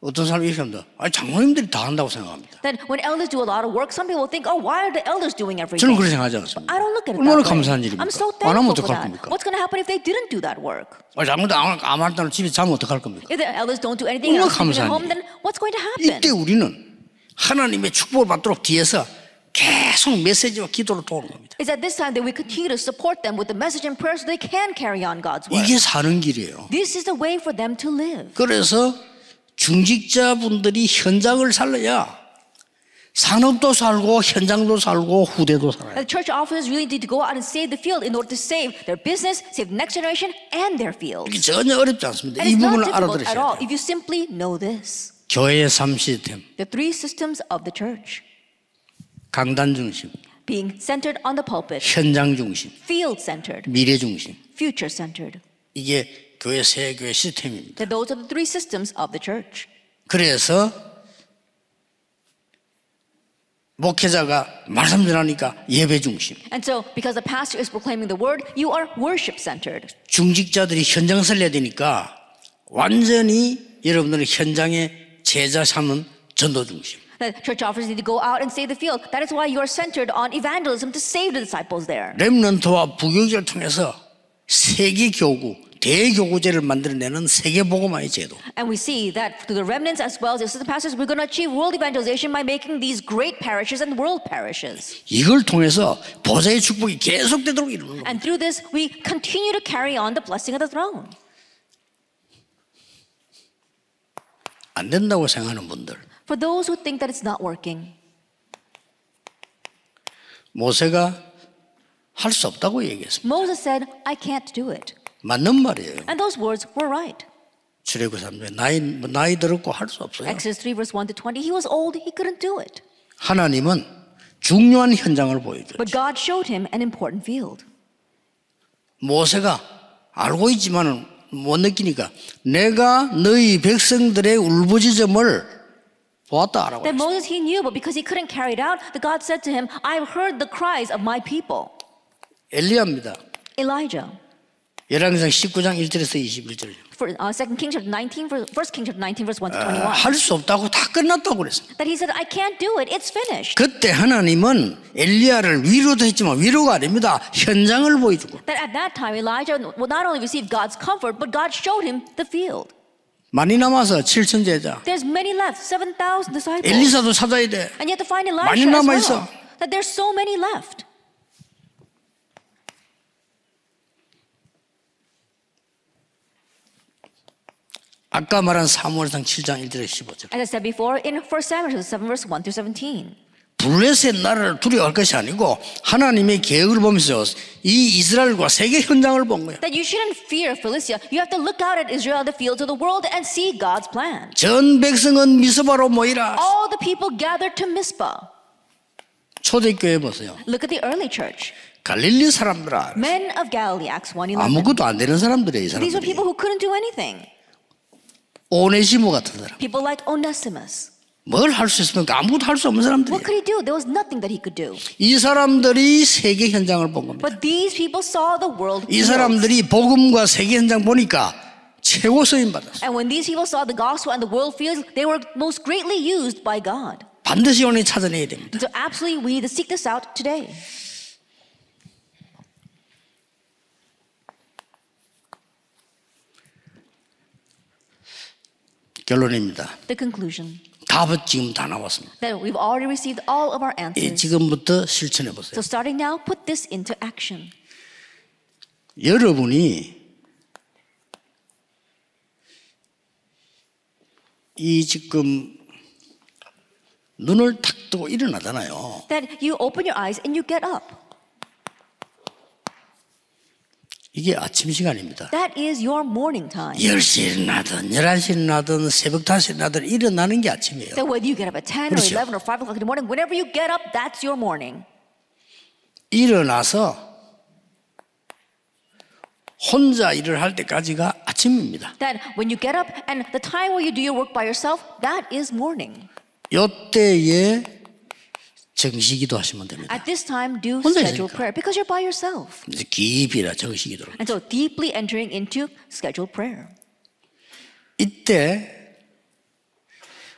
S1: 어떤 사람이 시험 돼. 아 장로님들이 다 한다고 생각합니다.
S2: Then when elders do a lot of work, some people think, oh, why are the elders doing
S1: 저는
S2: everything?
S1: 그렇게 생각하지 않습니다.
S2: I don't look at it
S1: 얼마나
S2: that
S1: 감사한
S2: way.
S1: 일입니까?
S2: I'm so
S1: 안 하면
S2: thankful for
S1: 어떡할
S2: that.
S1: 겁니까?
S2: What's going to happen if they didn't do that work?
S1: 아, 장로도 아무 아무 할 때는 집에 자면 어떡할 겁니까?
S2: If the elders don't do anything
S1: 얼마나
S2: else keeping
S1: 감사한
S2: at home, then what's going to
S1: 이때
S2: happen?
S1: 우리는 하나님의 축복을 받도록 뒤에서 계속 메시지와 기도를 도우는 겁니다.
S2: It's at this time that we continue to support them with the message and prayer so they can carry on God's work.
S1: 이게 사는 길이에요.
S2: This is the way for them to live.
S1: 그래서 중직자분들이 현장을 살려야 산업도 살고 현장도 살고 후대도 살아요.
S2: The church officers really need to go out and save the field in order to save their business, save the next generation, and their field.
S1: 이게 전혀 어렵지 않습니다.
S2: And
S1: 이
S2: it's not
S1: 부분을
S2: difficult at all
S1: 알아들으셔야 돼요.
S2: if you simply know this.
S1: 교회의 삶 시스템,
S2: The three systems of the church
S1: 강단 중심,
S2: being centered on the pulpit,
S1: 현장 중심,
S2: field centered,
S1: 미래 중심.
S2: future centered.
S1: 이게 교회 세 교회 시스템입니다.
S2: That those are the three systems of the church.
S1: 그래서 목회자가 말씀 전하니까 예배 중심.
S2: And so, because the pastor is proclaiming the word, you are worship centered.
S1: 중직자들이 현장 설례 되니까 완전히 여러분들의 현장에 제자 삼은 전도 중심.
S2: The church offers you to go out and save the field. That is why you are centered on evangelism to save the disciples there.
S1: 렘넌트와 부교육을 통해서 세계 교구, 대교구제를 만들어내는 세계 복음화의 제도.
S2: And we see that through the remnants as well as the assistant pastors, we're going to achieve world evangelization by making these great parishes and world parishes.
S1: 이걸 통해서 보좌의 축복이 계속되도록 이루는 겁니다.
S2: And through this, we continue to carry on the blessing of the throne.
S1: 안 된다고 생각하는 분들.
S2: For those who think that it's not working,
S1: 모세가 할 수 없다고 얘기했습니다.
S2: Moses said, I can't do it.
S1: 맞는 말이에요.
S2: And those words were right.
S1: 출애굽 3장 나이 뭐 나이 들었고 할 수 없어요.
S2: Exodus 3, verse 1 to 20, he was old, he couldn't do it.
S1: 하나님은 중요한 현장을 보여줘요.
S2: But God showed him an important field.
S1: 모세가 알고 있지만은 못 느끼니까 내가 너희 백성들의 울부짖음을 보았다라고. 했어요.
S2: That Moses he knew, but because he couldn't carry it out, the God said to him, I've heard the cries of my people.
S1: 엘리야입니다.
S2: Elijah.
S1: 열왕기상 19장 1절에서 21절.
S2: For uh, 2 Kings chapter 19, verse- 1 Kings chapter 19, verse 1 to 21.
S1: 할 수 없다고 다 끝났다고 그랬어요.
S2: that he said, I can't do it, it's finished.
S1: 그때 하나님은 엘리야를 위로도 했지만 위로가 아닙니다. 현장을 보여주고
S2: That at that time, Elijah would not only receive God's comfort, but God showed him the field.
S1: 많이 남아서 7천 제자.
S2: There's many left, 7,000 disciples.
S1: 엘리사도 찾아야 돼.
S2: And you have to find
S1: 많이
S2: Elijah as
S1: 남아있어.
S2: well. That there's so many left.
S1: 아까 말한 사무엘상 7장 1절에 15절.
S2: As I said before, in 1 Samuel 7, verse 1 through 17.
S1: 블레셋 나라를 두려워할 것이 아니고 하나님의 계획을 보면서 이 이스라엘과 세계 현장을 본 거예요.
S2: That you shouldn't fear Philistia. You have to look out at Israel, the fields of the world, and see God's plan.
S1: 전 백성은 미스바로 모이라.
S2: All the people gathered to Mizpah.
S1: 초대교회 보세요.
S2: Look at the early church.
S1: 갈릴리 사람들아.
S2: Men of Galilee, Acts 1 11.
S1: 아무것도 안 되는 사람들이에요, 이
S2: These were
S1: 사람들이.
S2: people who couldn't do anything.
S1: 오네시모 같은 사람.
S2: People like Onesimus.
S1: 뭘 할 수 있습니까? 아무것도 할 수 없는 사람들이에요.
S2: What could he do? There was nothing that he could do.
S1: 이 사람들이 세계 현장을 본 겁니다.
S2: But these people saw the world.
S1: 이
S2: healed.
S1: 사람들이 복음과 세계 현장 보니까 최고 쓰임 받았어요.
S2: And when these people saw the gospel and the world fields, they were most greatly used by God.
S1: 반드시 오늘 찾아내야 됩니다.
S2: And so, absolutely, we need to seek this out today.
S1: 결론입니다.
S2: The conclusion
S1: 답은 지금 다 나왔습니다.
S2: that we've already received all of our
S1: 예,
S2: answers.
S1: 지금부터 실천해 보세요.
S2: So, starting now, put this into action.
S1: 여러분이 이 지금 눈을 탁 뜨고 일어나잖아요.
S2: That you open your eyes and you get up.
S1: 이게 아침 시간입니다.
S2: That is your morning time.
S1: 10시에 일어나든 11시에 일어나든 새벽 5시에 일어나든 일어나는 게 아침이에요.
S2: That whether you get up at 10 or
S1: 그렇죠.
S2: 11 or 5 o'clock in the morning, whenever you get up, that's your morning.
S1: 일어나서 혼자 일을 할 때까지가 아침입니다.
S2: That when you get up and the time where you do your work by yourself, that is morning.
S1: 요때에 정시기도 하시면 됩니다.
S2: At this time, do
S1: 혼자
S2: scheduled
S1: 있으니까.
S2: prayer because you're by yourself.
S1: 이제 깊이라 정시기도를.
S2: And so, deeply entering into scheduled prayer.
S1: 이때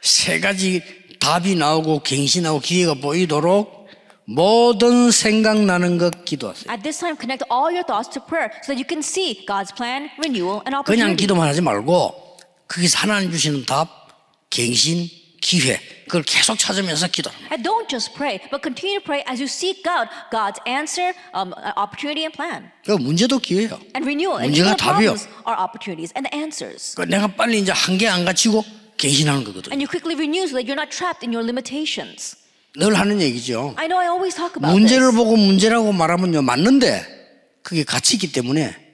S1: 세 가지 답이 나오고 갱신 나오고 기회가 보이도록 모든 생각나는 것 기도하세요.
S2: At this time, connect all your thoughts to prayer so that you can see God's plan, renewal, and
S1: 그냥
S2: opportunity.
S1: 기도만 하지 말고 거기서 하나님 주시는 답, 갱신, 기회 그걸 계속 찾으면서 기도합니다.
S2: And don't just pray, but continue to pray as you seek out God's answer, um, uh, opportunity, and plan.
S1: 그 문제도 기회예요.
S2: And renewal and
S1: 문제가
S2: even
S1: 답이요.
S2: problems are opportunities and the answers.
S1: 그 내가 빨리 이제 한 개 안 갇히고 갱신하는 거거든요.
S2: And you quickly renew so that you're not trapped in your limitations.
S1: 늘 하는 얘기죠.
S2: I know I always talk about
S1: 문제를
S2: this.
S1: 보고 문제라고 말하면요 맞는데 그게 가치기 때문에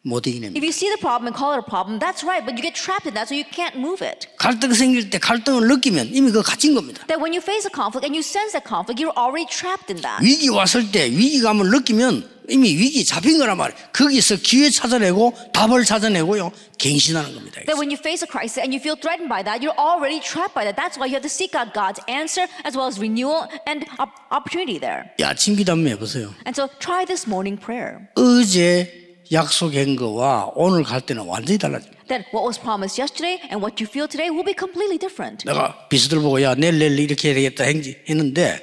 S1: 못 이겨냅니다.
S2: If you see the problem and call it a problem, that's right, but you get trapped in that, so you can't move it.
S1: 갈등 생길 때 갈등을 느끼면 이미 그거 갇힌 겁니다.
S2: That when you face a conflict and you sense that conflict, you're already trapped in that.
S1: 위기 왔을 때 위기감을 느끼면 이미 위기 잡힌 거란 말이에요. 거기서 기회 찾아내고 답을 찾아내고요. 갱신하는 겁니다.
S2: That when you face a crisis and you feel threatened by that, you're already trapped by that. That's why you have to seek out God's answer as well as renewal and op- opportunity there.
S1: 이 아침 기도한 번 해보세요.
S2: And so try this morning prayer.
S1: 어제 약속한 거와 오늘 갈 때는 완전히 달라져.
S2: That what was promised yesterday and what you feel today will be completely different.
S1: 내가 비서들 보고 야 내일 내일 이렇게 해야 되겠다 행지- 했는데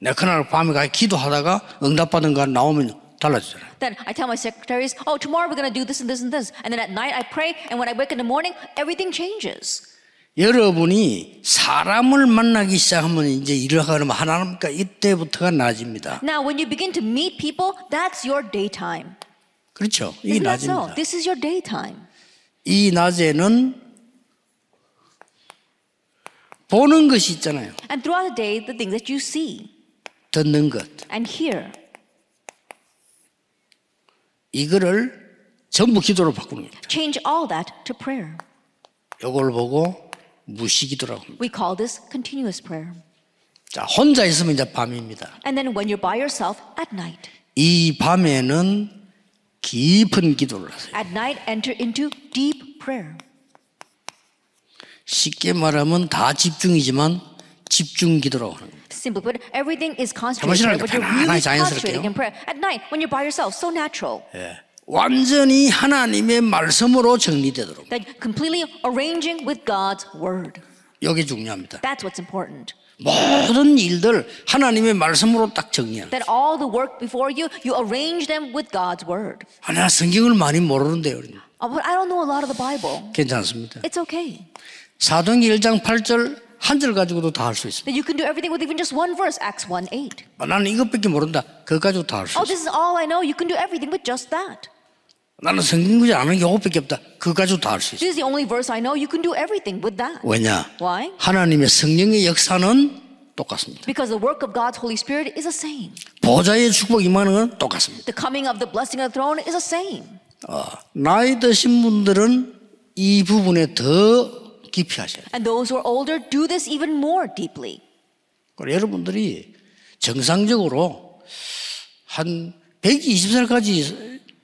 S1: 내가 그날 밤에 가 기도하다가 응답받은 거 나오면 달라지잖아요.
S2: Then I tell my secretaries, oh, tomorrow we're going to do this and this and this. And then at night I pray, and when I wake in the morning, everything changes.
S1: 여러분이 사람을 만나기 시작하면 이제 일을 하면 하나님과 이때부터가 나아집니다.
S2: Now, when you begin to meet people, that's your daytime.
S1: 그렇죠? 이게
S2: Isn't that so?
S1: 낮입니다.
S2: This is your daytime.
S1: 이 낮에는 보는 것이 있잖아요.
S2: And throughout the day, the things that you see
S1: 듣는 것.
S2: and hear.
S1: 이거를 전부 기도로 바꾸는 겁니다.
S2: Change all that to prayer.
S1: 이걸 보고 무시기도라고 합니다.
S2: We call this continuous prayer.
S1: 자, 혼자 있으면 이제 밤입니다.
S2: And then when you're by yourself at night,
S1: 이 밤에는 깊은 기도를 하세요.
S2: at night enter into deep prayer.
S1: 쉽게 말하면 다 집중이지만 집중 기도라고 하는 겁니다.
S2: Simply put, everything is
S1: 정신을
S2: concentrated, prayer, but you're
S1: 편안하게
S2: really
S1: 자연스럽게요.
S2: concentrating in prayer. At night, when you're by yourself, so natural.
S1: 예. 완전히 하나님의 말씀으로 정리되도록.
S2: that completely arranging with God's word.
S1: 이게 중요합니다.
S2: That's what's important.
S1: 모든 일들 하나님의 말씀으로 딱 정리하는.
S2: That all the work before you, you arrange them with God's word.
S1: 아, 내가 성경을 많이 모르는데요.
S2: Oh, but I don't know a lot of the Bible.
S1: 괜찮습니다.
S2: It's okay.
S1: 사도행전 1장 8절 한 절 가지고도 다 할 수 있습니다.
S2: That you can do everything with even just one verse, Acts 1 8.
S1: 아, 나는 이것밖에 모른다. 그거 가지고 다 할 수 있어.
S2: Oh, this is all I know. You can do everything with just that.
S1: 나는 성경 구절 아는 게 이것밖에 없다. 그거 가지고 다 할 수 있어.
S2: This is the only verse I know. You can do everything with that.
S1: 왜냐?
S2: Why?
S1: 하나님의 성령의 역사는 똑같습니다.
S2: Because the work of God's Holy Spirit is the same.
S1: 보좌의 축복 임하는 건 똑같습니다.
S2: The coming of the blessing of the throne is the same.
S1: 어, 나이 드신 분들은 이 부분에 더 깊이 하셔야 돼요.
S2: And those who are older do this even more deeply.
S1: 그리고 여러분들이 정상적으로 한 120살까지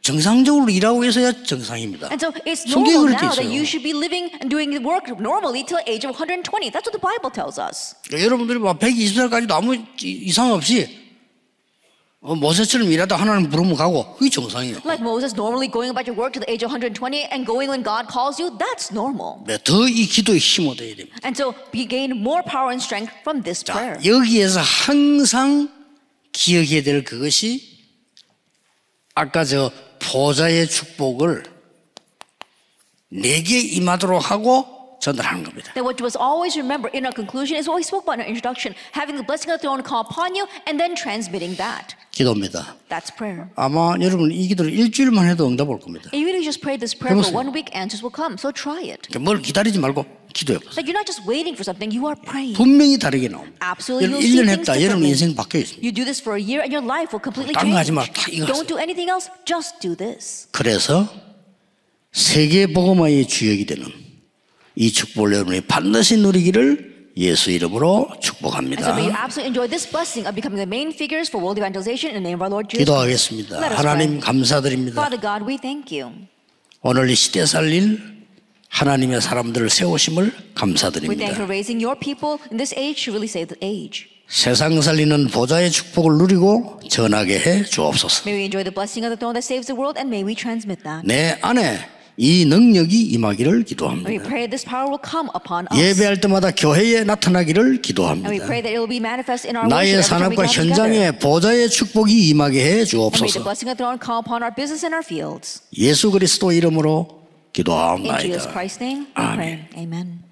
S1: 정상적으로 일하고 있어야 정상입니다.
S2: And so it's normal
S1: 성경에 그렇게
S2: now that
S1: 있어요.
S2: you should be living and doing the work normally till age of 120. That's what the Bible tells us.
S1: 그러니까 여러분들이 막 120살까지도 아무 이- 이상 없이 어, 모세처럼 일하다 하나님 부르면 가고 그게 정상이에요.
S2: Like Moses normally going about your work till the age of 120 and going when God calls you, that's normal.
S1: 네, 더 이 기도에 힘 얻어야 됩니다.
S2: And so we gain more power and strength from this
S1: 자,
S2: prayer.
S1: 여기에서 항상 기억해야 될 그것이 아까 저 보좌의 축복을 내게 임하도록 하고 전달하는 겁니다.
S2: That what was always remember in our conclusion is what we spoke about in our introduction, having the blessing of the throne come upon you and then transmitting that.
S1: 기도입니다.
S2: That's prayer.
S1: 아마 여러분 이 기도를 일주일만 해도 응답 올 겁니다.
S2: And even if you just prayed this prayer for
S1: 해보세요.
S2: one week, answers will come. So try it.
S1: 그러니까 뭘 기다리지 말고 기도해 보세요.
S2: That you're not just waiting for something, you are praying.
S1: 분명히 다르게 나옵니다.
S2: Absolutely,
S1: 여러분
S2: you'll see
S1: 1년
S2: things
S1: 했다. 여러분 인생
S2: differently.
S1: 바뀌어 있습니다.
S2: You do this for a year and your life will completely
S1: 다른 거 하지
S2: change.
S1: 마. 다 이거 하세요.
S2: Don't do anything else, just do this.
S1: 그래서 세계 복음화의 주역이 되는 이 축복을 여러분이 반드시 누리기를 예수 이름으로
S2: And so may you
S1: 축복합니다.
S2: absolutely enjoy this blessing of becoming the main figures for world evangelization in the name of our Lord Jesus.
S1: 기도하겠습니다.
S2: Let us
S1: 하나님
S2: pray.
S1: 감사드립니다.
S2: Father God, we thank you.
S1: 오늘 이 시대 살릴 하나님의 사람들을 세우심을
S2: We thank you for
S1: 감사드립니다.
S2: raising your people in this age to really save the age.
S1: 세상 살리는 보좌의 축복을 누리고 전하게 해 주옵소서.
S2: May we enjoy the blessing of the throne that saves the world and may we transmit that.
S1: 내 안에 이 능력이 임하기를
S2: And we
S1: 기도합니다.
S2: pray this power will come upon us.
S1: 예배할 때마다 교회에 나타나기를
S2: And we
S1: 기도합니다.
S2: pray that it will be manifest in our worship
S1: 나의
S2: every time we
S1: 산업과
S2: gather together.
S1: 현장에 보좌의 축복이 임하게 해
S2: And may the
S1: 주옵소서.
S2: blessing of the throne come upon our business and our fields.
S1: 예수 그리스도 이름으로
S2: In Jesus
S1: 기도하옵나이다.
S2: Christ's name, we
S1: Amen.
S2: pray. Amen.